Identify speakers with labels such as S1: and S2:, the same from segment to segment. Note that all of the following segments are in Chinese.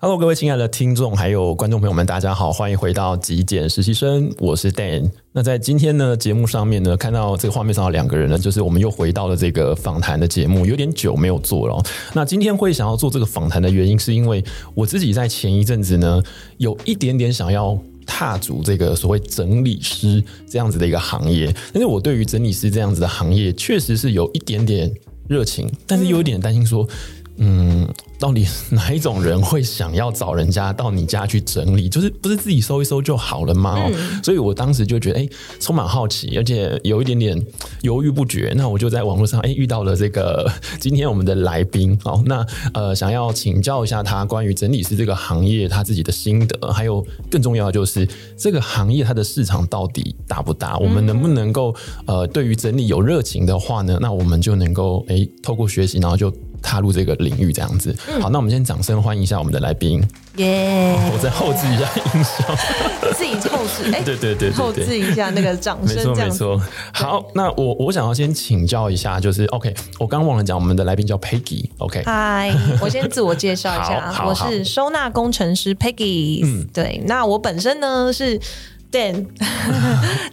S1: Hello，各位亲爱的听众还有观众朋友们，大家好，欢迎回到极简实习生，我是 Dan。那在今天呢节目上面呢，看到这个画面上有两个人呢，就是我们又回到了这个访谈的节目，有点久没有做了哦、那今天会想要做这个访谈的原因，是因为我自己在前一阵子呢，有一点点想要。踏足这个所谓整理师这样子的一个行业，但是我对于整理师这样子的行业，确实是有一点点热情，但是又有一点担心说，嗯，到底哪一种人会想要找人家到你家去整理？就是不是自己收一收就好了吗？哦，所以我当时就觉得，哎、充满好奇，而且有一点点犹豫不决。那我就在网络上，哎、遇到了这个 今天我们的来宾，好，那呃，想要请教一下他关于整理师这个行业他自己的心得，还有更重要的就是这个行业它的市场到底大不大？我们能不能够呃，对于整理有热情的话呢，那我们就能够哎、透过学习，然后就。踏入这个领域这样子。
S2: 嗯
S1: 好，那我们先掌声欢迎一下我们的来宾。
S2: 耶、
S1: 我再后置一下音效。
S2: 自己透视，哎、
S1: 对对对对对
S2: 透视一下那个掌
S1: 没
S2: 声，
S1: 错
S2: 这
S1: 没
S2: 样子。
S1: 错。好，那我我想要先请教一下，就是 OK，我刚忘了讲，我们的来宾叫 Peggy，OK、
S2: 嗨，我先自我介绍一
S1: 好
S2: 下，
S1: 好嗯
S2: 我是收纳工程师 Peggy。对，那我本身呢是 Dan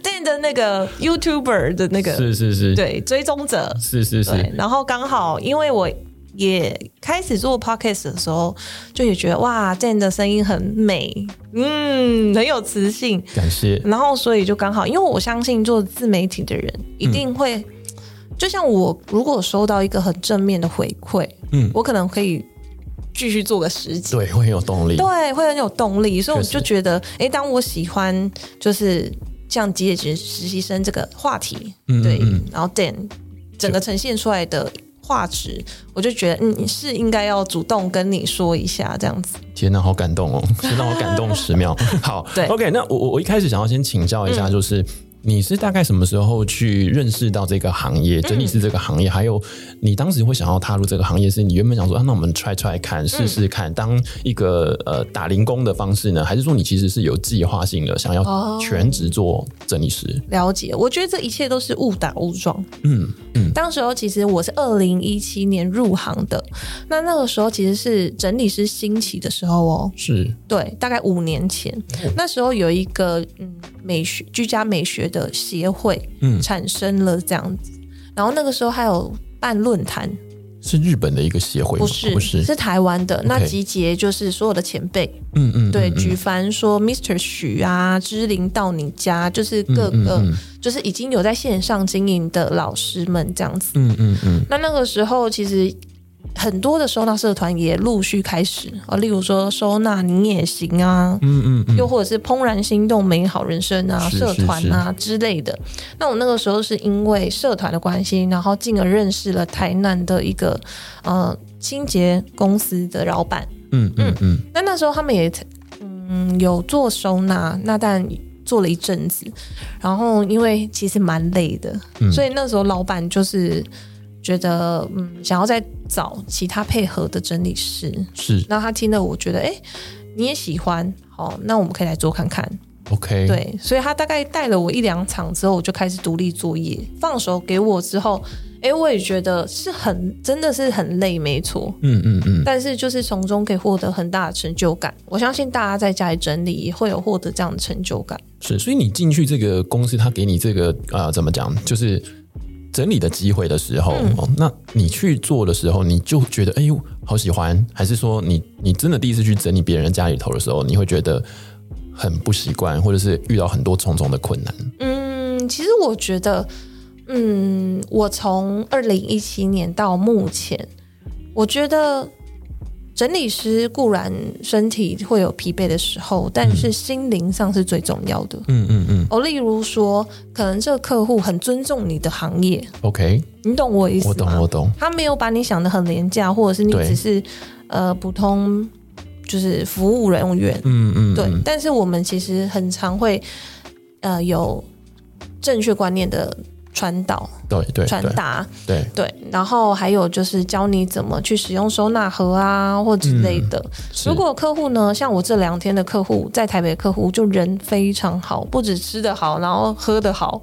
S2: Dan 的那个 YouTuber 的那个
S1: 是是是，，
S2: 对追踪者，
S1: 是是
S2: 对
S1: 是，，
S2: 然后刚好因为我也开始做 podcast 的时候，就也觉得哇，Dan 的声音很美，嗯，很有磁性，
S1: 感谢，
S2: 然后所以就刚好，因为我相信做自媒体的人
S1: 嗯
S2: 一定会，就像我如果收到一个很正面的回馈，
S1: 嗯
S2: 嗯，我可能可以继续做个十集。
S1: 对，会很有动力，
S2: 对，会很有动力，所以我
S1: 确实
S2: 就觉得，诶，当我喜欢就是像极简实习生这个话题，
S1: 嗯
S2: 对，
S1: 嗯嗯
S2: 然后 Dan 整个呈现出来的画质，我就觉得，嗯，是应该要主动跟你说一下这样子。
S1: 天呐，好感动哦，先让我感动十秒。好，
S2: 对
S1: ，OK，那我我我一开始想要先请教一下，就是。你是大概什么时候去认识到这个行业，整理师这个行业？还有，你当时会想要踏入这个行业，是你原本想说啊，那我们 try try 看，试试看，当一个呃打零工的方式呢，还是说你其实是有计划性的想要
S2: 哦
S1: 全职做整理师？
S2: 了解，我觉得这一切都是误打误撞。
S1: 嗯嗯，
S2: 当时候其实我是二零一七年入行的，那那个时候其实是整理师兴起的时候哦，
S1: 是
S2: 对，大概五年前，
S1: 哦
S2: 那时候有一个嗯美学居家美学的协会，
S1: 嗯
S2: 产生了这样子，然后那个时候还有办论坛，
S1: 是日本的一个协会吗？
S2: 不是
S1: 嗯哦不是，
S2: 台湾的，那集结就是所有的前辈，
S1: 嗯嗯，
S2: 对，
S1: 嗯
S2: 举凡说 Mr. 许啊、芝林到你家，就是各
S1: 嗯嗯
S2: 个、
S1: 嗯
S2: 就是已经有在线上经营的老师们这样子。
S1: 嗯嗯嗯，
S2: 那那个时候其实。很多的收纳社团也陆续开始啊，例如说收纳你也行啊，
S1: 嗯嗯嗯，
S2: 又或者是怦然心动美好人生啊、
S1: 是
S2: 社团啊之类的。那我那个时候是因为社团的关系，然后进而认识了台南的一个呃清洁公司的老板。
S1: 嗯嗯嗯，
S2: 那那时候他们也嗯有做收纳，那但做了一阵子，然后因为其实蛮累的，所以那时候老板就是觉得嗯想要再找其他配合的整理师。
S1: 是
S2: 那他听了，我觉得哎、诶你也喜欢，好，那我们可以来做看看。
S1: OK，，
S2: 对，所以他大概带了我一两场之后，我就开始独立作业，放手给我之后，哎、我也觉得是很真的是很累，没错。
S1: 嗯嗯嗯。
S2: 但是就是从中可以获得很大的成就感。我相信大家在家里整理也会有获得这样的成就感。
S1: 是，所以你进去这个公司，他给你这个呃，怎么讲，就是整理的机会的时候、
S2: 嗯
S1: 哦，那你去做的时候，你就觉得哎呦好喜欢，还是说你你真的第一次去整理别人家里头的时候，你会觉得很不习惯，或者是遇到很多重重的困难？
S2: 嗯，其实我觉得，嗯，我从二零一七年到目前，我觉得整理师固然身体会有疲惫的时候，但是心灵上是最重要的。
S1: 嗯嗯嗯
S2: 哦，例如说，可能这个客户很尊重你的行业，
S1: ，OK，
S2: 你懂我意思吗？
S1: 我懂我懂，
S2: 他没有把你想的很廉价，或者是你
S1: 对
S2: 只是呃普通就是服务人员，
S1: 嗯嗯，
S2: 对。
S1: 嗯
S2: 但是我们其实很常会呃有正确观念的传导、
S1: 对哎对
S2: 传
S1: 对
S2: 达，
S1: 对，
S2: 对。然后还有就是教你怎么去使用收纳盒啊或之类的。
S1: 嗯是
S2: 如果客户呢，像我这两天的客户，在台北的客户就人非常好，不止吃得好，然后喝 得好，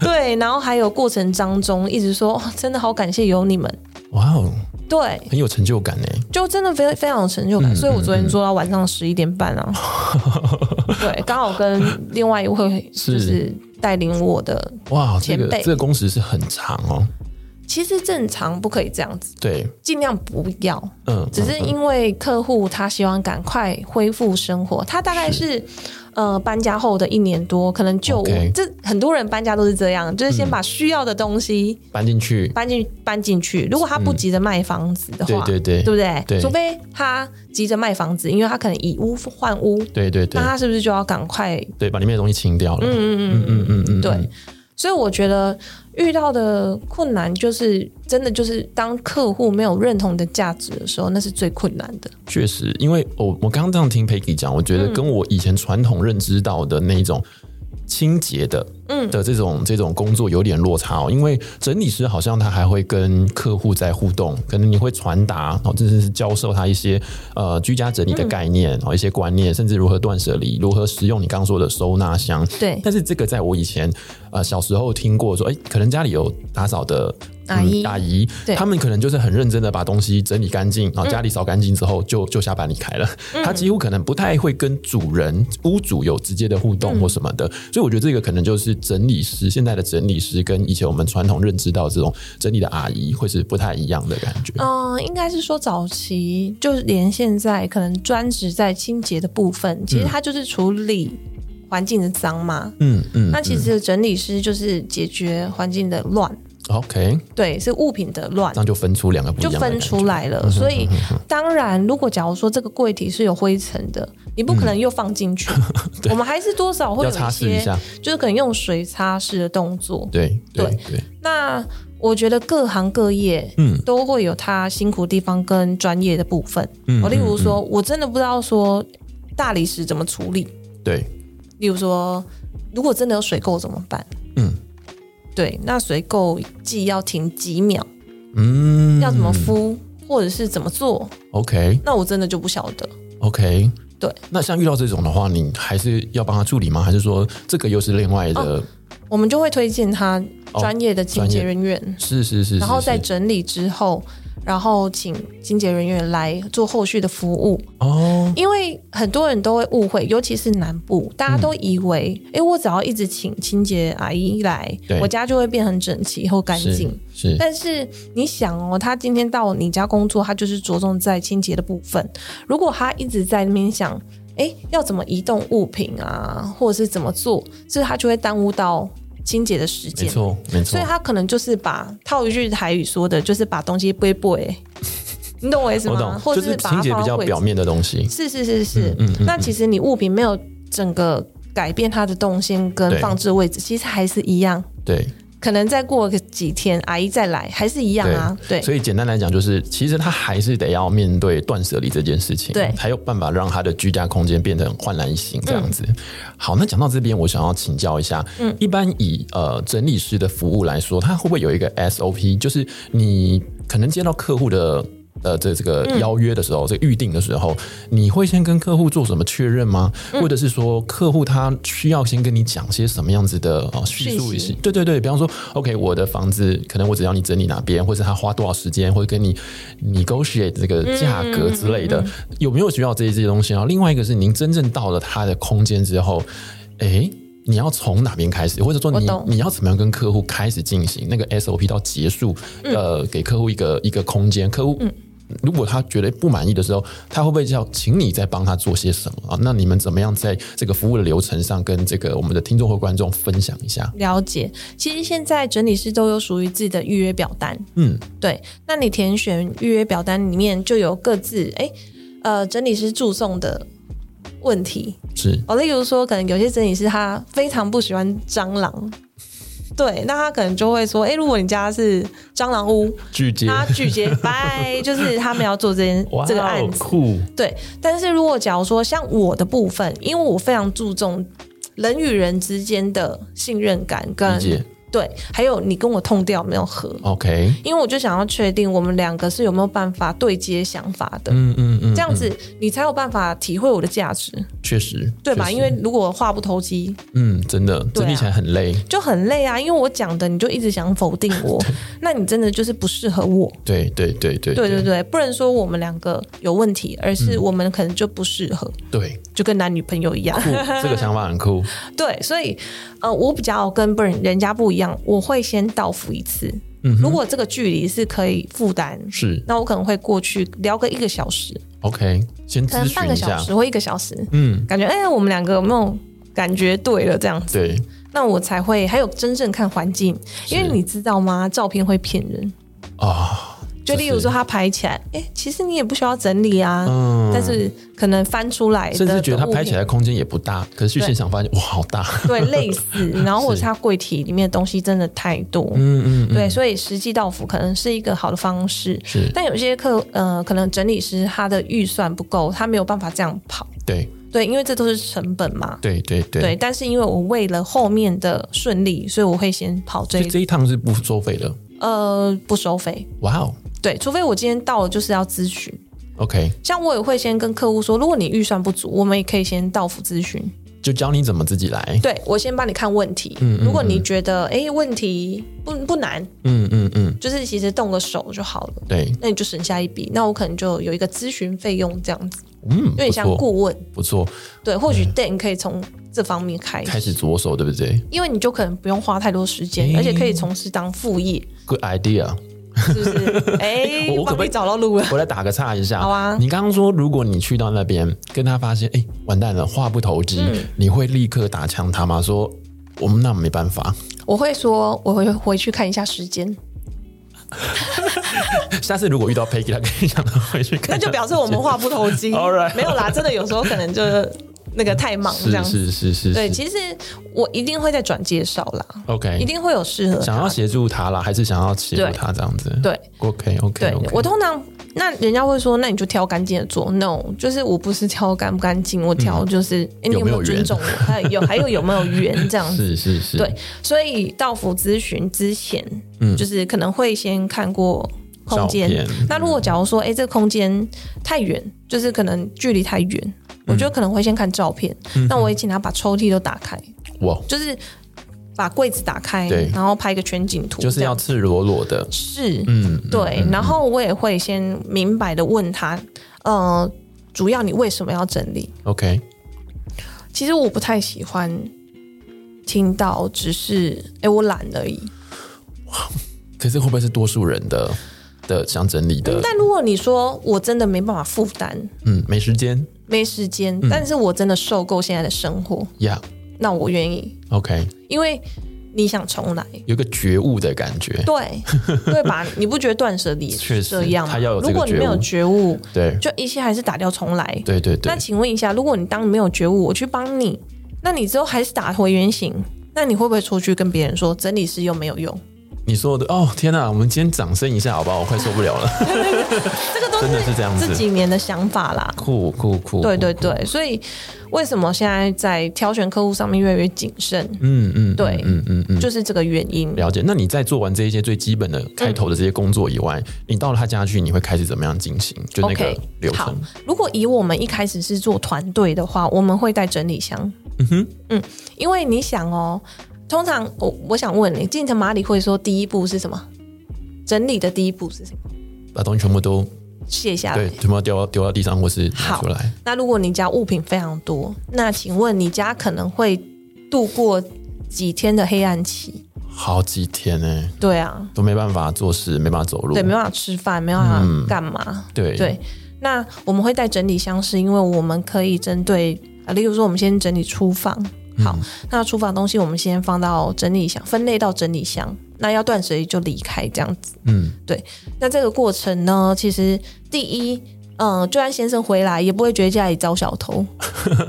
S2: 对，然后还有过程当中一直说，哦真的好感谢有你们。
S1: 哇哦，
S2: 对，
S1: 很有成就感呢。
S2: 就真的非非常有成就感，
S1: 嗯
S2: 所以我昨
S1: 嗯
S2: 天
S1: 嗯
S2: 做到晚上十一点半 啊。对，刚好跟另外一位
S1: 是
S2: 就是带领我的，
S1: 哇，这个
S2: 前辈
S1: 这个工时是很长哦。
S2: 其实正常不可以这样子，
S1: 对，
S2: 尽量不要。
S1: 嗯，
S2: 只是
S1: 嗯
S2: 因为客户他希望赶快恢复生活，他大概是呃搬家后的一年多，可能就
S1: OK
S2: 这很多人搬家都是这样，就是先把需要的东西
S1: 嗯搬进去，
S2: 搬进搬进去。如果他不急着卖房子的
S1: 嗯对
S2: 话，
S1: 对对
S2: 对不对？
S1: 对
S2: 除非他急着卖房子，因为他可能以屋换屋，
S1: 对嗯对对
S2: 那他是不是就要赶快？
S1: 对，把里面的东西清掉了。
S2: 嗯
S1: 嗯
S2: 嗯嗯，
S1: 嗯嗯嗯，
S2: 对。所以我觉得遇到的困难就是真的就是当客户没有认同你的价值的时候，那是最困难的。
S1: 确实，因为我我刚刚这样听 Peggy 讲，我觉
S2: 嗯
S1: 得跟我以前传统认知到的那一种清洁的，
S2: 嗯
S1: 的这种这种工作有点落差哦。因为整理师好像他还会跟客户在互动，可能你会传达哦，甚至是教授他一些呃居家整理
S2: 嗯
S1: 的概念哦，一些观念，甚至如何断舍离，如何使用你刚刚说的收纳箱。
S2: 对，
S1: 但是这个在我以前呃小时候听过说，哎、可能家里有打扫的、嗯
S2: 阿姨
S1: 阿姨，
S2: 对嗯
S1: 他们可能就是很认真的把东西整理干净，然后家里扫干净之后就就下班离开了。他几乎可能不太会跟主人屋主有直接的互
S2: 嗯
S1: 动或什么的，所以我觉得这个可能就是整理师现在的整理师跟以前我们传统认知到这种整理的阿姨会是不太一样的感觉。
S2: 嗯，应该是说早期就是连现在可能专职在清洁的部分，其实它就是处理环境的脏嘛。
S1: 嗯嗯，
S2: 那其
S1: 嗯
S2: 实整理师就是解决环境的乱，
S1: OK，
S2: 对，是物品的乱
S1: 这，样就分出两个不一
S2: 就
S1: 样的感
S2: 分
S1: 觉嗯
S2: 出来了。所以当然，如果假如说这个柜体是有灰尘的，你不可能又放进 去，我们还是多少会有
S1: 嗯要擦拭
S2: 些
S1: 一，下，
S2: 就是可能用水擦拭的动作。
S1: 对对
S2: 对
S1: 对，
S2: 那我觉得各行各业，
S1: 嗯
S2: 嗯，都会有他辛苦的地方跟专业的部分。
S1: 嗯
S2: 我、例如说，我真的不知道说大理石怎么处理。
S1: 对，
S2: 例如说，如果真的有水垢怎么办？
S1: 嗯。
S2: 对，那水垢既要停几秒，
S1: 嗯，
S2: 要怎么敷，或者是怎么做，
S1: ？OK
S2: 那我真的就不晓得。
S1: OK，
S2: 对。
S1: 那像遇到这种的话，你还是要帮他处理吗？还是说这个又是另外的？
S2: 哦我们就会推荐他
S1: 哦
S2: 专业的清
S1: 专
S2: 洁
S1: 业
S2: 人员，
S1: 是是是是
S2: 然后
S1: 是
S2: 在整理之后，然后请清洁人员来做后续的服务。
S1: 哦，
S2: 因为很多人都会误会，尤其是南部，大
S1: 嗯
S2: 家都以为，哎、我只要一直请清洁阿姨来
S1: 对，
S2: 我家就会变很整齐或干
S1: 是
S2: 净。
S1: 是
S2: 但是你想哦，他今天到你家工作，他就是着重在清洁的部分。如果他一直在那边想，哎、要怎么移动物品啊，或者是怎么做，这他就会耽误到清洁的时
S1: 没
S2: 间。
S1: 错没错
S2: 所以，他可能就是把套一句台语说的，就是把东西背背，你懂我意思
S1: 我
S2: 吗？
S1: 懂，
S2: 或
S1: 就
S2: 者
S1: 是
S2: 把
S1: 清
S2: 它
S1: 洁
S2: 放
S1: 比
S2: 到
S1: 较
S2: 柜
S1: 表面的东西，
S2: 是是是是，
S1: 嗯嗯嗯
S2: 那其实你物品没有整个改变它的动线
S1: 对
S2: 跟放置位置，其实还是一样。
S1: 对。
S2: 可能再过个几天，阿姨再来，还是一样啊。对，
S1: 所以简单来讲，就是其实他还是得要面对断舍离这件事情，
S2: 对嗯
S1: 才有办法让他的居家空间变得很焕然一新这样子。好，那讲到这边，我想要请教一下，嗯，一般以呃整理师的服务来说，他会不会有一个 SOP？就是你可能接到客户的。呃，这这个
S2: 嗯
S1: 邀约的时候，这个预定的时候，你会先跟客户做什么确认吗？
S2: 嗯
S1: 或者是说，客户他需要先跟你讲些什么样子的哦叙
S2: 讯
S1: 述一
S2: 息
S1: 些？对对对，比方说，OK，我的房子可能我只要你整理哪边，或者他花多少时间，或者跟你 negotiate 这个价格之类
S2: 嗯
S1: 的，有没有需要这些东西？然后另外一个是，您真正到了他的空间之后，诶，你要从哪边开始，或者说
S2: 我
S1: 你
S2: 懂
S1: 你要怎么样跟客户开始进行那个 SOP 到结束，
S2: 嗯
S1: 呃，给客户一个一个空间，客户。如果他觉得不满意的时候，他会不会要请你再帮他做些什么啊？那你们怎么样在这个服务的流程上跟这个我们的听众或观众分享一下？
S2: 了解。其实现在整理师都有属于自己的预约表单，
S1: 嗯，
S2: 对。那你填选预约表单里面就有各自哎、呃整理师注送的问题，
S1: 是
S2: 哦，例如说，可能有些整理师他非常不喜欢蟑螂，对，那他可能就会说，哎、如果你家是蟑螂屋，
S1: 拒接
S2: 他拒绝，拜，就是他们要做这件
S1: 哇，哦
S2: 这个案子，
S1: 酷，
S2: 对。但是如果假如说像我的部分，因为我非常注重人与人之间的信任感
S1: 理
S2: 跟
S1: 解哦
S2: 对，还有你跟我痛掉没有合，
S1: ，OK，
S2: 因为我就想要确定我们两个是有没有办法对接想法的，
S1: 嗯嗯嗯，
S2: 这样子你才有办法体会我的价值。
S1: 确实，
S2: 对吧？
S1: 确实
S2: 因为如果话不投机，
S1: 嗯，真的，
S2: 对
S1: 整
S2: 啊
S1: 理起来很累。
S2: 就很累啊。因为我讲的，你就一直想否定我，那你真的就是不适合我。
S1: 对对对对嗯
S2: 对对对，不能说我们两个有问题，而是我们可能就不适合，
S1: 对，
S2: 就跟男女朋友一样。
S1: 酷，这个想法很酷。
S2: 对，所以呃，我比较跟不人人家不一样，我会先到付一次。嗯，如果这个距离是可以负担，
S1: 是
S2: 那我可能会过去聊个一个小时，
S1: OK，先
S2: 可
S1: 咨
S2: 能半
S1: 询
S2: 个
S1: 一
S2: 小
S1: 下。
S2: 时或一个小时，
S1: 嗯，
S2: 感觉哎、我们两个有没有感觉对了这样子？
S1: 对，
S2: 那我才会还有真正看环境，因为你知道吗？照片会骗人。
S1: 啊，
S2: 就例如说，他拍起来，哎、其实你也不需要整理啊，
S1: 嗯
S2: 但是可能翻出来的
S1: 甚至觉得它拍起
S2: 的
S1: 来空间也不大，可是去
S2: 对
S1: 现场发现哇，好大。
S2: 物品对 类似，然后或者是他柜体里面的东西真的太多，
S1: 嗯嗯嗯，
S2: 对，所以实际到府可能是一个好的方式。
S1: 是
S2: 但有些客呃，可能整理师他的预算不够，他没有办法这样跑，
S1: 对
S2: 对，因为这都是成本嘛。
S1: 对对
S2: 对，
S1: 对。
S2: 但是因为我为了后面的顺利，所以我会先跑这
S1: 所以
S2: 一
S1: 这一趟是不收费的，
S2: 呃不收费，
S1: 哇哦
S2: 对，除非我今天到了就是要咨询，
S1: ，OK，
S2: 像我也会先跟客户说，如果你预算不足，我们也可以先到府咨询。
S1: 就教你怎么自己来。
S2: 对我先帮你看问题，如果你觉得诶问题不不难，
S1: 嗯嗯嗯，
S2: 就是其实动个手就好了，
S1: 对，
S2: 那你就省下一笔。那我可能就有一个咨询费用这样子，
S1: 嗯，
S2: 有点
S1: 不
S2: 像
S1: 错，嗯
S2: 顾问。
S1: 不错，
S2: 对，或许 Dan 可以从这方面开始，
S1: 开始着手，对不对
S2: 因为你就可能不用花太多时间，
S1: 诶
S2: 而且可以从事当副业，
S1: ？Good idea。
S2: 是不 是？诶，
S1: 我我可不
S2: 帮
S1: 可
S2: 你
S1: 以
S2: 找到路了。
S1: 我来打个岔一下，
S2: 好啊
S1: 你刚刚说，如果你去到那边，跟他发现，哎、完蛋了，话不投机，
S2: 嗯
S1: 你会立刻打枪他吗？说我们那没办 法，
S2: 我会说，我会回去看一下时间，
S1: 下次如果遇到 Peggy，他跟你讲，他回去
S2: 那
S1: 看，
S2: 就表示我们话不投机。
S1: All right
S2: 没有啦，真的有时候可能就是那个太忙这
S1: 是
S2: 样子。
S1: 是是是，
S2: 对，
S1: 是
S2: 其实我一定会再转介绍啦，
S1: ，OK，
S2: 一定会有适合
S1: 想要
S2: 他。
S1: 协助他啦，还是想要协助他这样子？
S2: 对
S1: ，OK OK
S2: 对
S1: OK，
S2: 我通常那人家会说，那你就挑干净的做。No，就是我不是挑干不干净，我挑就是、诶你
S1: 嗯有没
S2: 有没
S1: 有
S2: 有尊
S1: 缘
S2: 重我，还有有还有有没 有缘这样子。
S1: 是是是，
S2: 对，所以到府咨询之前，就是可能会先看过
S1: 嗯
S2: 空
S1: 照
S2: 间
S1: 片。
S2: 那如果假如说，哎、这个空间太远，就是可能距离太远，
S1: 嗯
S2: 我觉得可能会先看照片。那我也请他把抽屉都打开，
S1: 哇，
S2: 就是把柜子打开
S1: 对，
S2: 然后拍一个全景图，
S1: 就是
S2: 这
S1: 要
S2: 样
S1: 赤裸裸的，
S2: 是，
S1: 嗯，
S2: 对。然后我也会先明白的问他，呃，主要你为什么要整理？
S1: ，OK，
S2: 其实我不太喜欢听到只是，哎、我懒而已。
S1: 可是会不会是多数人的的想整理的？
S2: 嗯但如果你说我真的没办法负担，
S1: 嗯，没时间
S2: 没时间，
S1: 嗯
S2: 但是我真的受够现在的生活，
S1: ，Yeah，OK，、
S2: 那我愿意，因为你想重来，
S1: 有一个觉悟的感觉，
S2: 对对吧？你不觉得断舍离也
S1: 确
S2: 是
S1: 实
S2: 这样
S1: 他
S2: 吗？
S1: 要有这个
S2: 如果你没有觉悟，
S1: 对
S2: 就一切还是打掉重来。
S1: 对对
S2: 那
S1: 对，
S2: 请问一下，如果你当没有觉悟，我去帮你，那你之后还是打回原形，那你会不会出去跟别人说整理师又没有用？
S1: 你说的哦，天哪，我们今天掌声一下好不好？我快受不了 了，
S2: 这个都
S1: 真的是这样子哦
S2: 这几年的想法啦。
S1: 酷酷酷，
S2: 对对
S1: 酷，
S2: 对，所以为什么现在在挑选客户上面越来越谨慎，
S1: 嗯嗯，
S2: 对
S1: 嗯嗯嗯。
S2: 就是这个原因。
S1: 了解，那你在做完这一些最基本的开头的这些工作以外，你到了他家去，你会开始怎么样进行？就那个
S2: 嗯 OK，
S1: 流
S2: 好
S1: 程。，
S2: 如果以我们一开始是做团队的话，我们会带整理箱。嗯
S1: 哼，
S2: 嗯，因为你想哦，通常我我想问你，进城马里会说第一步是什么？整理的第一步是什么？
S1: 把东西全部都
S2: 卸下
S1: 对，
S2: 来。
S1: 全部丢到丢到地上或是拿
S2: 好
S1: 出来。
S2: 那如果你家物品非常多，那请问你家可能会度过几天的黑暗期？
S1: 好几天呢、
S2: 对啊，
S1: 都没办法做事，没办法走路。
S2: 对，没办法吃饭，没办法干嘛？
S1: 对
S2: 对，那我们会带整理箱，是因为我们可以针对啊，例如说我们先整理厨房，好，那厨房东西我们先放到整理箱，分类到整理箱，那要断舍离就离开这样子。
S1: 嗯，
S2: 对。那这个过程呢，其实第一。嗯，就算先生回来，也不会觉得家里遭 小偷，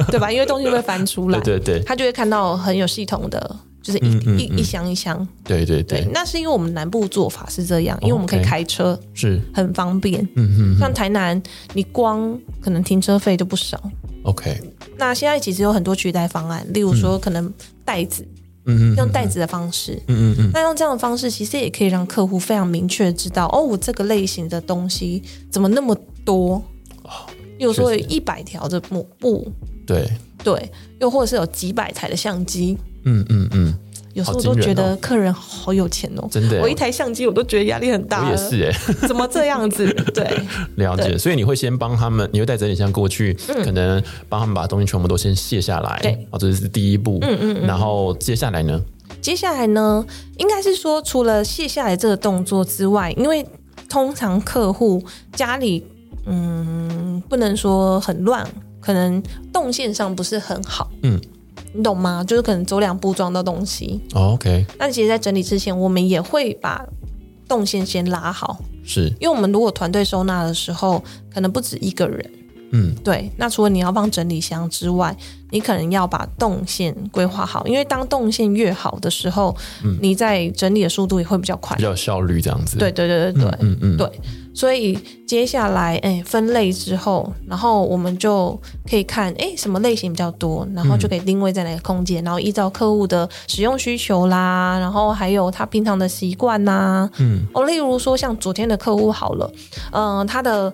S2: 对吧？因为东西会翻出来，
S1: 对对对
S2: 他就会看到很有系统的，就是一、一一箱一箱。
S1: 对对
S2: 对
S1: 对，，
S2: 那是因为我们南部做法是这样，因为我们可以
S1: OK
S2: 开车。
S1: 是
S2: 很方便。嗯嗯，像台南，你光可能停车费就不少。
S1: OK。
S2: 那现在其实有很多取代方案，例如说可能袋子，
S1: 嗯嗯
S2: 用袋子的方式。
S1: 嗯嗯嗯，
S2: 那用这样的方式，其实也可以让客户非常明确地知道，哦，我这个类型的
S1: 哦
S2: 东西怎么那么多？例如说有一百条的抹布，
S1: 对，
S2: 对，又或者是有几百台的相机，
S1: 嗯嗯嗯，
S2: 有时候
S1: 好
S2: 我
S1: 惊
S2: 都觉
S1: 人
S2: 得
S1: 哦
S2: 客人好有钱哦，
S1: 真的耶
S2: 我一台相机我都觉得压力很大
S1: 我也
S2: 了，
S1: 是哎、
S2: 怎么这样子？对，
S1: 了解，
S2: 对嗯
S1: 所以你会先帮他们，你会带整理箱过去，可能帮他们把东西全部都先卸下来，
S2: 对，
S1: 哦，这是第一步，嗯嗯然后接下来呢，
S2: 接下来呢，应该是说除了卸下来这个动作之外，因为通常客户家里嗯不能说很乱，可能动线上不是很好，
S1: 嗯，
S2: 你懂吗？就是可能走两步撞到东西。
S1: 哦，OK，
S2: 那其实，在整理之前，我们也会把动线先拉好，
S1: 是，
S2: 因为我们如果团队收纳的时候，可能不止一个人。
S1: 嗯，
S2: 对，那除了你要帮整理箱之外，你可能要把动线规划好，因为当动线越好的时候，
S1: 嗯
S2: 你在整理的速度也会比较快
S1: 比。较有效率这样子，
S2: 对，对对对对、
S1: 嗯嗯，
S2: 对，所以接下来哎分类之后，然后我们就可以看哎什么类型比较多，然
S1: 嗯
S2: 后就可以定位在哪个空间，然后依照客户的使用需求啦，然后还有他平常的习惯呐，
S1: 嗯，
S2: 哦，例如说像昨天的客户好了，嗯、他的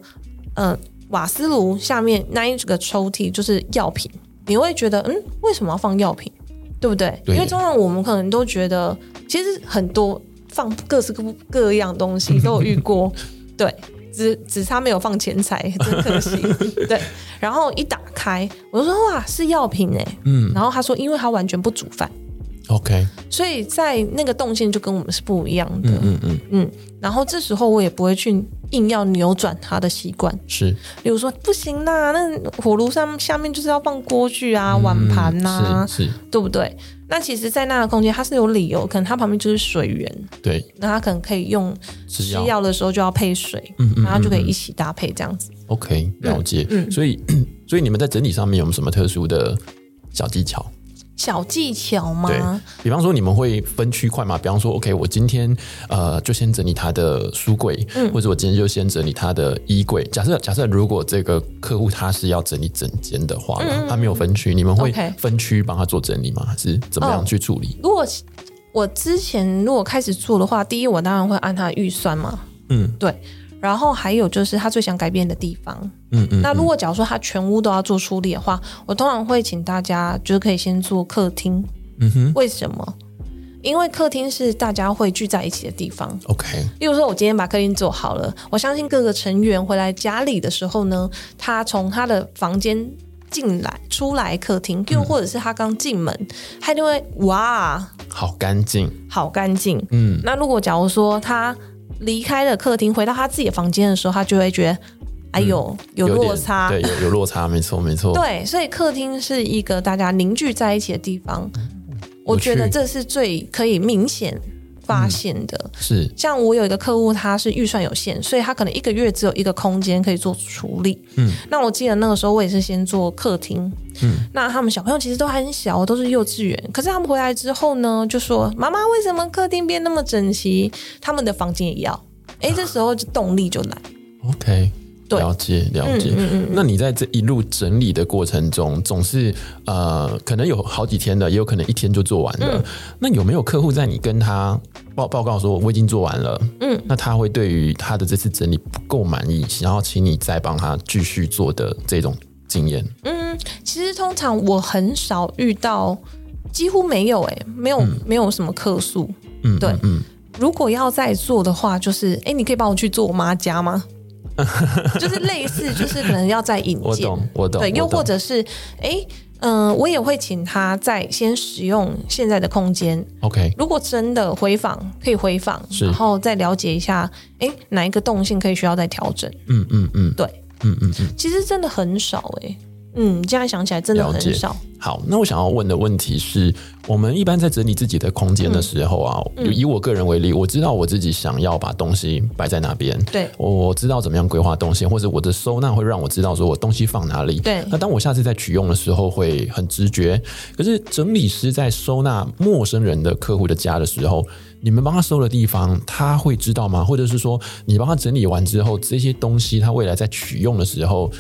S2: 嗯、呃瓦斯炉下面那一个抽屉就是药品，你会觉得嗯为什么要放药品，对不对？
S1: 对
S2: 因为通常我们可能都觉得其实很多放各式各各样东西都有遇 过，对。只只差没有放钱财，真可 惜。对，然后一打开，我就说哇是药品哎、
S1: 嗯
S2: 然后他说因为他完全不煮饭，
S1: ，OK，
S2: 所以在那个动线就跟我们是不一样的。
S1: 嗯嗯嗯，
S2: 嗯，然后这时候我也不会去硬要扭转他的习惯，
S1: 是，
S2: 比如说不行啦，那火炉上下面就是要放锅具啊、碗盘啊呐、
S1: 嗯是是，
S2: 对不对？那其实，在那个空间，它是有理由，可能它旁边就是水源，
S1: 对，
S2: 那它可能可以用
S1: 吃
S2: 吃
S1: 药
S2: 药的时候就要配水，
S1: 嗯嗯
S2: 然后就可以一起搭配这样子。
S1: ，OK，了解，
S2: 嗯
S1: 所以 所以你们在整理上面有没有什么特殊的小技巧？
S2: 小技巧
S1: 对
S2: 吗？
S1: 比方说，你们会分区块嘛？比方说，OK，我今天呃就先整理他的书柜，
S2: 嗯
S1: 或者我今天就先整理他的衣柜。假设假设如果这个客户他是要整理整间的话，他没有分区，你们会
S2: 嗯 OK
S1: 分区帮他做整理吗？还是怎么样
S2: 哦
S1: 去处理？
S2: 如果我之前如果开始做的话，第一我当然会按他的预算嘛，
S1: 嗯
S2: 对。然后还有就是他最想改变的地方，
S1: 嗯嗯，
S2: 那如果假如说他全屋都要做处理的话，我通常会请大家就是可以先做客厅。
S1: 嗯哼
S2: 为什么？因为客厅是大家会聚在一起的地方。
S1: ，OK，
S2: 例如说，我今天把客厅做好了，我相信各个成员回来家里的时候呢，他从他的房间进来、出来客厅，
S1: 嗯
S2: 又或者是他刚进门，他就会哇，
S1: 好干净，
S2: 好干净。
S1: 嗯，
S2: 那如果假如说他离开了客厅，回到他自己的房间的时候，他就会觉得，哎呦，有
S1: 点
S2: 落差，
S1: 对，嗯有有落差，没错没错，
S2: 对，所以客厅是一个大家凝聚在一起的地方，我觉得
S1: 嗯趣
S2: 这是最可以明显发现的。
S1: 是，
S2: 像我有一个客户，他是预算有限，所以他可能一个月只有一个空间可以做处理。
S1: 嗯，
S2: 那我记得那个时候我也是先做客厅。
S1: 嗯，
S2: 那他们小朋友其实都还很小，都是幼稚园。可是他们回来之后呢，就说：“妈妈，为什么客厅变那么整齐？他们的房间也要。”哎，这时候就动力就来。
S1: OK，
S2: 对嗯
S1: 了解了解。那你在这一路整理的过程中，总是呃，可能有好几天的，也有可能一天就做完了。
S2: 嗯
S1: 那有没有客户在你跟他报报告说我已经做完了？
S2: 嗯，
S1: 那他会对于他的这次整理不够满意，然后请你再帮他继续做的这种经验？
S2: 嗯，其实通常我很少遇到，几乎没有哎、没有、没有什么客诉。
S1: 嗯，
S2: 对
S1: 嗯嗯，
S2: 如果要再做的话，就是哎、你可以帮我去做我妈 家吗？就是类似，就是可能要再引
S1: 我
S2: 荐，
S1: 懂我懂。
S2: 对，又
S1: 我懂
S2: 或者是哎，嗯、我也会请他再先使用现在的空间，
S1: OK，
S2: 如果真的回访可以回访，
S1: 是
S2: 然后再了解一下，哎、哪一个动性可以需要再调整？
S1: 嗯嗯嗯，
S2: 对，
S1: 嗯嗯嗯。
S2: 其实真的很少哎、嗯，这样想起来真的
S1: 了解
S2: 很少，
S1: 好，那我想要问的问题是，我们一般在整理自己的空间的时候啊，以我个人为例，我知道我自己想要把东西摆在哪边，
S2: 对。
S1: 我知道怎么样规划动线，或者我的收纳会让我知道说我东西放哪里。
S2: 对
S1: 那当我下次再取用的时候会很直觉。可是整理师在收纳陌生人的客户的家的时候，你们帮他收的地方，他会知道吗？或者是说，你帮他整理完之后，这些东西他未来在取用的时候，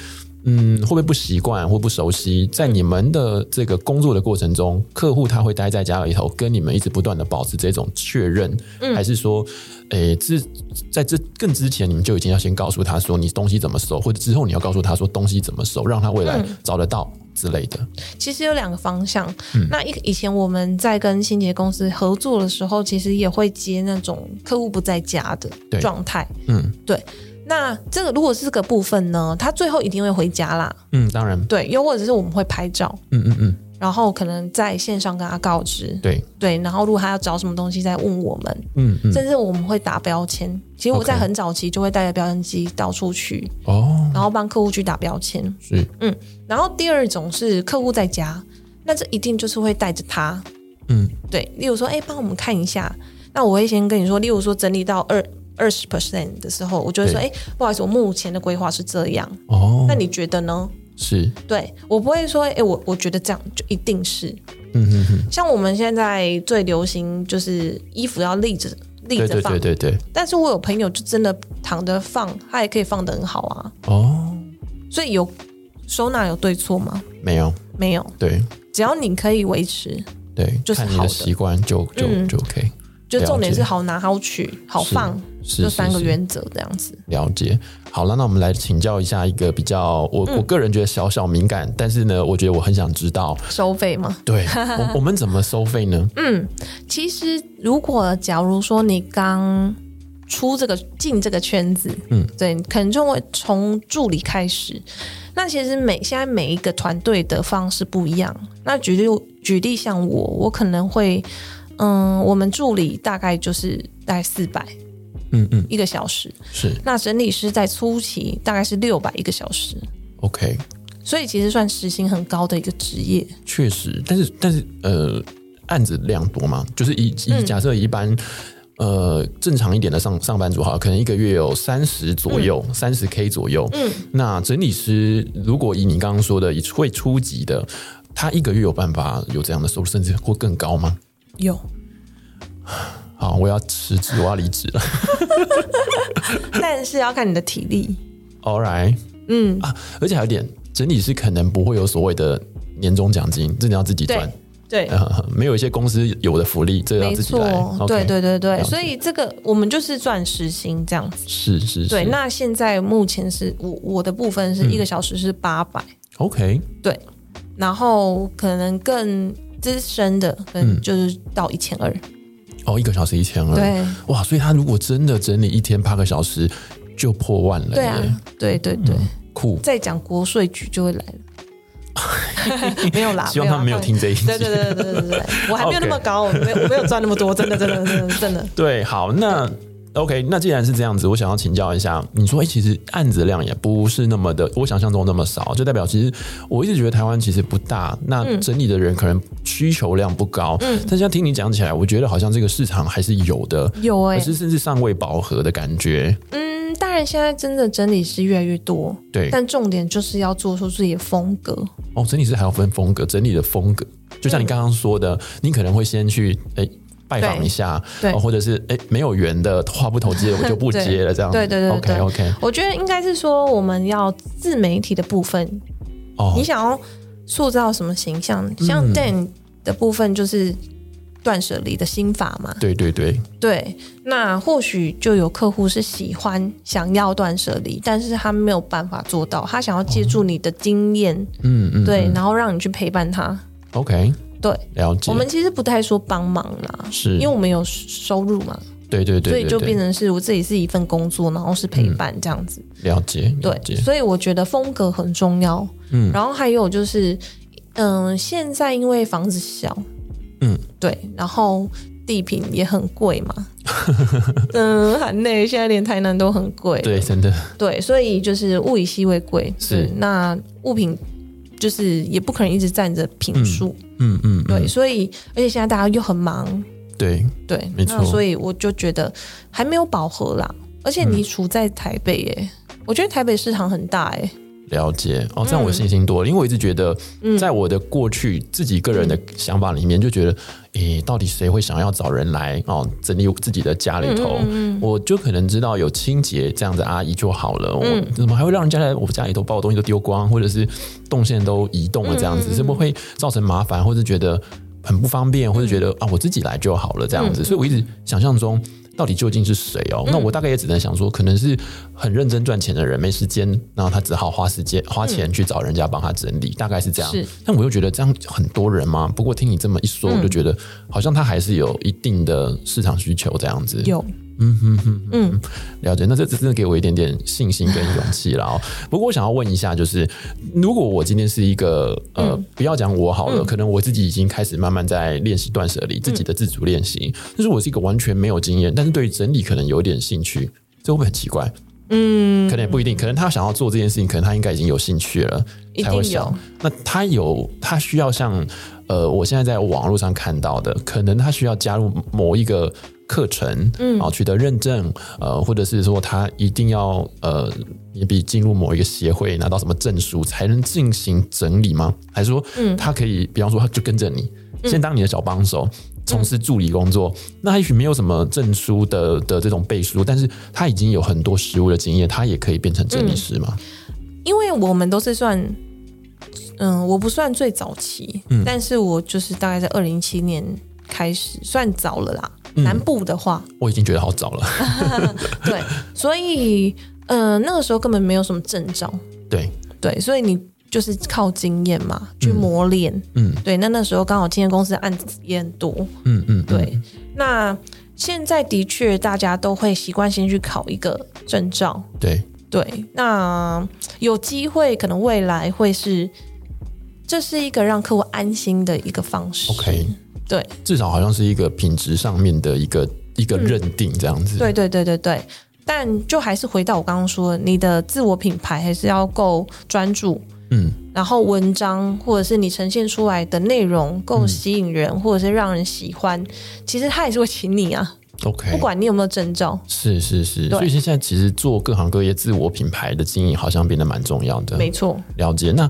S1: 嗯，会不会不习惯或不熟悉？在你们的这个工作的过程中，客户他会待在家里头，跟你们一直不断的保持这种确认，
S2: 嗯
S1: 还是说，诶，这在这更之前，你们就已
S2: 嗯
S1: 经要先告诉他说你东西怎么收，或者之后你要告诉他说东西怎么收，让他未来找得到，之类的？
S2: 其实有两个方向。
S1: 嗯
S2: 那以以前我们在跟清洁公司合作的时候，其实也会接那种客户不在家的
S1: 对
S2: 状态。
S1: 嗯
S2: 那这个如果是这个部分呢，他最后一定会回家啦。
S1: 嗯，当然，
S2: 对，又或者是我们会拍照，
S1: 嗯嗯嗯，
S2: 然后可能在线上跟他告知。
S1: 对，
S2: 对，然后如果他要找什么东西再问我们，
S1: 嗯嗯，
S2: 甚至我们会打标签。其实我在
S1: OK
S2: 很早期就会带着标签机到处去，
S1: 哦，
S2: 然后帮客户去打标签。
S1: 是，
S2: 然后第二种是客户在家，那这一定就是会带着他，
S1: 嗯
S2: 对，例如说，哎，帮我们看一下，那我会先跟你说，例如说整理到二二十 percent 的时候，我就会说，
S1: 对
S2: 哎，不好意思，我目前的规划是这样，
S1: 哦
S2: 那，你觉得呢？
S1: 是，
S2: 对我不会说，哎，我我觉得这样就一定是，
S1: 嗯嗯嗯，
S2: 像我们现在最流行就是衣服要立着立
S1: 对
S2: 着
S1: 对
S2: 放，
S1: 对对对，
S2: 但是我有朋友就真的躺着放，他也可以放得很好啊，
S1: 哦，
S2: 所以有收纳有对错吗？
S1: 没有，
S2: 没有，
S1: 对
S2: 只要你可以维持，
S1: 对，
S2: 就是
S1: 看你
S2: 好
S1: 的
S2: 的
S1: 习惯就就
S2: 嗯
S1: 就 OK，
S2: 就重点
S1: 了解
S2: 是好拿好取好
S1: 是
S2: 放，
S1: 是
S2: 就是三个
S1: 是
S2: 原则这样子。
S1: 了解，好了，那我们来请教一下一个比较我、
S2: 嗯
S1: 我个人觉得小小敏感，但是呢，我觉得我很想知道，
S2: 收费吗？
S1: 对我我们怎么收费呢？
S2: 嗯，其实如果假如说你刚出这个进这个圈子，
S1: 嗯
S2: 嗯，对，可能就会从助理开始。那其实每现在每一个团队的方式不一样。那举例举例，像我，我可能会，嗯，我们助理大概就是大概四百
S1: 嗯嗯，
S2: 一个小时，
S1: 是
S2: 那整理师在初期大概是六百一个小时，
S1: OK，
S2: 所以其实算时薪很高的一个职业。
S1: 确实，但是但是呃，案子量多嘛，就是以
S2: 嗯
S1: 以假设一般。呃，正常一点的上上班族哈，可能一个月有三十左右，
S2: 嗯
S1: 三十 K 左右。嗯，那整理师如果以你刚刚说的，以会初级的，他一个月有办法有这样的收入，甚至会更高吗？
S2: 有，
S1: 好，我要辞职，我要离职了。
S2: 但是要看你的体力。
S1: All right，
S2: 嗯，
S1: 啊，而且还有一点，整理师可能不会有所谓的年终奖金，这你要自己赚
S2: 对，对，
S1: 呃，没有一些公司有的福利，这个要
S2: 没
S1: 自己
S2: 错
S1: 来。OK，
S2: 对对对对，
S1: 解
S2: 所以这个我们就是赚时薪这样子。
S1: 是是是，嗯
S2: 对，那现在目前是我我的部分是一个小时是八百、
S1: OK，
S2: 对，然后可能更资深的，可
S1: 嗯
S2: 能就是到一千二，
S1: 哦，一个小时一千二，
S2: 对，
S1: 哇，所以他如果真的整理一天八个小时，就破万了耶，
S2: 对啊，对对对，
S1: 嗯酷。
S2: 再讲国税局就会来 了，没有啦，
S1: 希望他们没有
S2: 啦
S1: 听。这一集。
S2: 对对对对对 对对，我还没有那么高，我没有我没有赚那么多，真的真的真的真的。
S1: 对，好，那 OK，那既然是这样子，我想要请教一下，你说，哎、其实案子量也不是那么的，我想象中那么少，就代表其实我一直觉得台湾其实不大，那
S2: 嗯
S1: 整理的人可能需求量不高，嗯，但是要听你讲起来，我觉得好像这个市场还是 有的，
S2: 有哎、
S1: 可是甚至尚未饱和的感觉，
S2: 嗯，当然现在真的整理师越来越多，
S1: 对，
S2: 但重点就是要做出自己的风格。
S1: 哦，整理师还要分风格，整理的风格，就像你刚刚说的，你可能会先去诶拜访一下，
S2: 嗯对
S1: 哦或者是诶没有缘的话不投机的我就不
S2: 对
S1: 接了，这样子
S2: 对对对对
S1: o k OK，
S2: 我觉得应该是说，我们要自媒体的部分，
S1: 哦
S2: 你，想要塑造什么形象？像
S1: 嗯
S2: Dan 的部分就是断舍离的心法嘛。
S1: 对对对，
S2: 对，那或许就有客户是喜欢想要断舍离，但是他没有办法做到，他想要借助你的经验，
S1: 嗯嗯，
S2: 对，然后让你去陪伴他。
S1: ，OK，
S2: 对，
S1: 了解，
S2: 我们其实不太说帮忙啦，
S1: 是
S2: 因为我们有收入嘛，
S1: 对对对，
S2: 所以就
S1: 对嗯
S2: 变成是我自己是一份工作，然后是陪伴这样子。
S1: 了解，了解，
S2: 对，所以我觉得风格很重要。
S1: 嗯
S2: 嗯，然后还有就是，嗯、现在因为房子小，
S1: 嗯
S2: 嗯，对，然后地坪也很贵 嘛，嗯，含内现在连台南都很贵，
S1: 对，真的
S2: 对，所以就是物以稀为贵，
S1: 是
S2: 嗯那物品就是也不可能一直占着平数，
S1: 嗯嗯，嗯
S2: 对，所以而且现在大家又很忙，
S1: 对，
S2: 对，
S1: 没
S2: 那
S1: 错
S2: 所以我就觉得还没有饱和啦，而且
S1: 嗯
S2: 你处在台北耶、我觉得台北市场很大哎、
S1: 了解哦，这样我信心多了，因为我一直觉得，在我的过去自己个人的想法里面，就觉得，诶、到底谁会想要找人来哦整理自己的家里头？我就可能知道有清洁这样的阿姨就好了，我怎么还会让人家来我家里头把我东西都丢光，或者是动线都移动了这样子，是不是会造成麻烦，或者觉得很不方便，或者觉得啊我自己来就好了这样子？所以我一直想象中。到底究竟是谁哦？那我大概也只能想说，可能是很认真赚钱的人没时间，然后他只好花时间花钱去找人家帮他整理，大概是这样
S2: 是。
S1: 但我又觉得这样很多人嘛，不过听你这么一说，我就觉得好像他还是有一定的市场需求这样子。
S2: 有，
S1: 嗯了解，那这真的给我一点点信心跟勇气了哦。 不过我想要问一下，就是如果我今天是一个呃，不要讲我好了，可能我自己已经开始慢慢在练习断舍离，自己的自主练习，但是我是一个完全没有经验，但是对于整理可能有点兴趣，这会不会很奇怪？嗯，可能也不一定，可能他想要做这件事情，可能他应该已经有兴趣了，
S2: 一定
S1: 才会想
S2: 有。
S1: 那他有他需要像呃，我现在在网络上看到的，可能他需要加入某一个课程，嗯，啊，取得认证，呃，或者是说他一定要呃，也比进入某一个协会拿到什么证书才能进行整理吗？还是说，嗯，他可以，比方说，他就跟着你，先当你的小帮手。从事助理工作，那他也许没有什么证书的的这种背书，但是他已经有很多实务的经验，他也可以变成整理师
S2: 嗯
S1: 嘛？
S2: 因为我们都是算，嗯、我不算最早期，
S1: 嗯
S2: 但是我就是大概在二零一七年开始，算早了啦。
S1: 嗯
S2: 南部 的话，
S1: 我已经觉得好早了，
S2: 对，所以，嗯、那个时候根本没有什么证照，
S1: 对，
S2: 对，所以你就是靠经验嘛，去磨练，
S1: 嗯
S2: 对。那那时候刚好今天公司的案子也很多，
S1: 嗯嗯，嗯
S2: 对。，那现在的确大家都会习惯先去考一个证照，
S1: 对，
S2: 对，那有机会可能未来会是，这是一个让客户安心的一个方式。
S1: OK，
S2: 对
S1: 至少好像是一个品质上面的一个一个认定这样子。
S2: 嗯对对对对对，但就还是回到我刚刚说的，你的自我品牌还是要够专注，
S1: 嗯，
S2: 然后文章或者是你呈现出来的内容
S1: 嗯
S2: 够吸引人，或者是让人喜欢，其实他也是会请你啊，
S1: ，OK，
S2: 不管你有没有证照。
S1: 是是是，
S2: 对
S1: 所以现在其实做各行各业自我品牌的经营，好像变得蛮重要的。
S2: 没错，
S1: 了解。那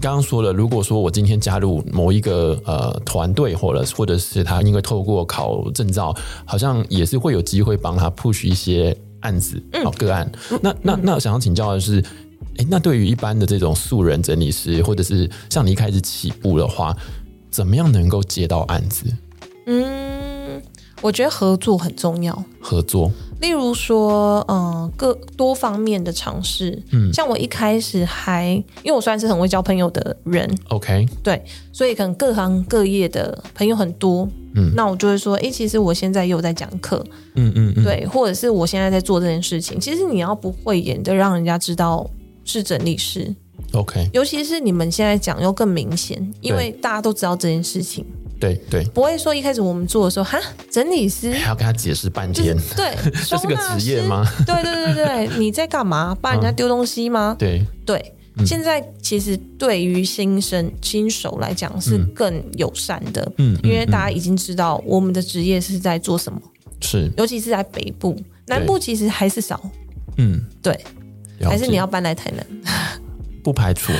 S1: 刚刚说了，如果说我今天加入某一个呃团队，或者或者是他因为透过考证照，好像也是会有机会帮他 push 一些案子、嗯、个案。那那那想要请教的是。诶，那对于一般的这种素人整理师，或者是像你一开始起步的话，怎么样能够接到案子
S2: 嗯，我觉得合作很重要。
S1: 合作？
S2: 例如说，嗯、各多方面的尝试，嗯，像我一开始还，因为我算是很会交朋友的人，
S1: OK，
S2: 对，所以可能各行各业的朋友很多，嗯，那我就会说，诶，其实我现在也有在讲课，
S1: 嗯嗯嗯，
S2: 对，或者是我现在在做这件事情，其实你要不会演的，让人家知道是整理师，
S1: ，OK，
S2: 尤其是你们现在讲又更明显，因为大家都知道这件事情，
S1: 对对，
S2: 不会说一开始我们做的时候，哈，整理师
S1: 还要跟他解释半
S2: 就是
S1: 天，
S2: 对，
S1: 这
S2: 收
S1: 是个
S2: 纳
S1: 职业
S2: 师
S1: 吗？ 嗯
S2: 对对对对，对，你在干嘛？帮人家丢东西吗？
S1: 对，
S2: 对，
S1: 嗯
S2: 现在其实对于新生新手来讲是更友善的，
S1: 嗯
S2: 因为大家已经知道我们的职业是在做什么，
S1: 是，
S2: 尤其是在北部，南部其实还是少，
S1: 嗯，
S2: 对，
S1: 了
S2: 还是
S1: 解
S2: 你要搬来台南，
S1: 不排 除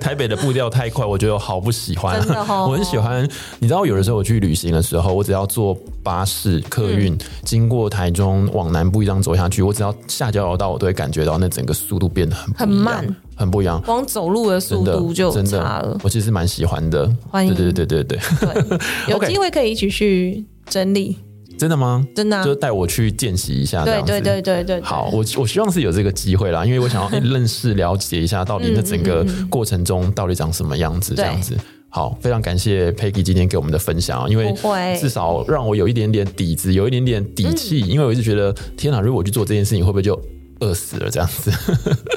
S1: 台北的步调太快，我觉得我好不喜欢。
S2: 真的哦
S1: 我很喜欢，你知道，有的时候我去旅行的时候，我只要坐巴士、客
S2: 嗯
S1: 运、经过台中往南部一张走下去，我只要下交流道，我都会感觉到那整个速度变得很不
S2: 很
S1: 一样
S2: 慢，
S1: 很不一样。
S2: 光走路的
S1: 真
S2: 速
S1: 的
S2: 度就
S1: 真
S2: 差
S1: 的
S2: 了，，
S1: 我其实蛮喜欢的。
S2: 欢迎
S1: 对对对 对对，
S2: 对，有
S1: OK
S2: 机会可以一起去整理，
S1: 真的吗？
S2: 真的啊、
S1: 就带我去见习一下，这
S2: 对
S1: 样子。
S2: 对对对对，
S1: 好，我我希望是有这个机会啦，因为我 想要诶认识、了解一下，到底那整
S2: 嗯
S1: 个过程中到底长什么样子，这
S2: 对
S1: 样子。好，非常感谢 Peggy 今天给我们的分享啊，因为
S2: 不会嗯
S1: 至少让我有一点点底子，有一点点底气，因为我一直觉得，天哪，如果我去做这件事情，会不会就饿死了这样子？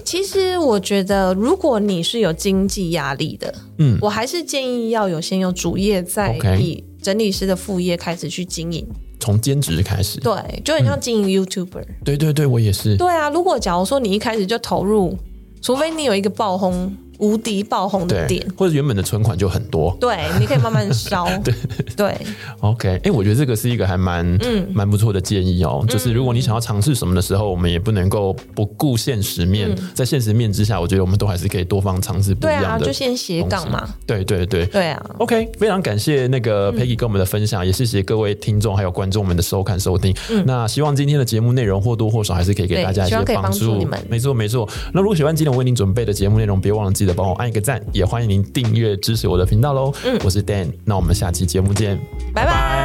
S2: 其实我觉得，如果你是有经济压力的，
S1: 嗯
S2: 嗯，我还是建议要有先有主业，再
S1: OK
S2: 以整理师的副业开始去经营。
S1: 从兼职开始，
S2: 对，就很像
S1: 嗯
S2: 经营 YouTuber。
S1: 对对对，我也是，
S2: 对啊，如果假如说你一开始就投入，除非你有一个爆红、无敌爆红的
S1: 对
S2: 点，，
S1: 或者原本的存款就很多。
S2: 对，你可以慢 慢烧。对对
S1: OK，哎、我觉得这个是一个还蛮
S2: 嗯
S1: 蛮、不错的建议哦。就是如果你想要尝试什么的时候，我们也不能够不顾现实面，在现实面之下，我觉得我们都还是可以多方尝试不一
S2: 嗯对
S1: 样
S2: 啊，
S1: 的。
S2: 就先斜杠嘛。
S1: 对对对。
S2: 对啊，
S1: OK，非常感谢那个
S2: 嗯
S1: Peggy 跟我们的分享，也谢谢各位听众还有观众们的收看收听。那希望今天的节目内容或多或少还是可以给
S2: 嗯对
S1: 大家一
S2: 希
S1: 些
S2: 望可以
S1: 帮
S2: 帮助你们
S1: 没错没错。那如果喜欢今天我为您准备的节目内容，别忘了记得帮我按一个
S2: 嗯
S1: 赞，也欢迎您订阅支持我的频道喽。我是 Dan，那我们下期节目见，
S2: 拜拜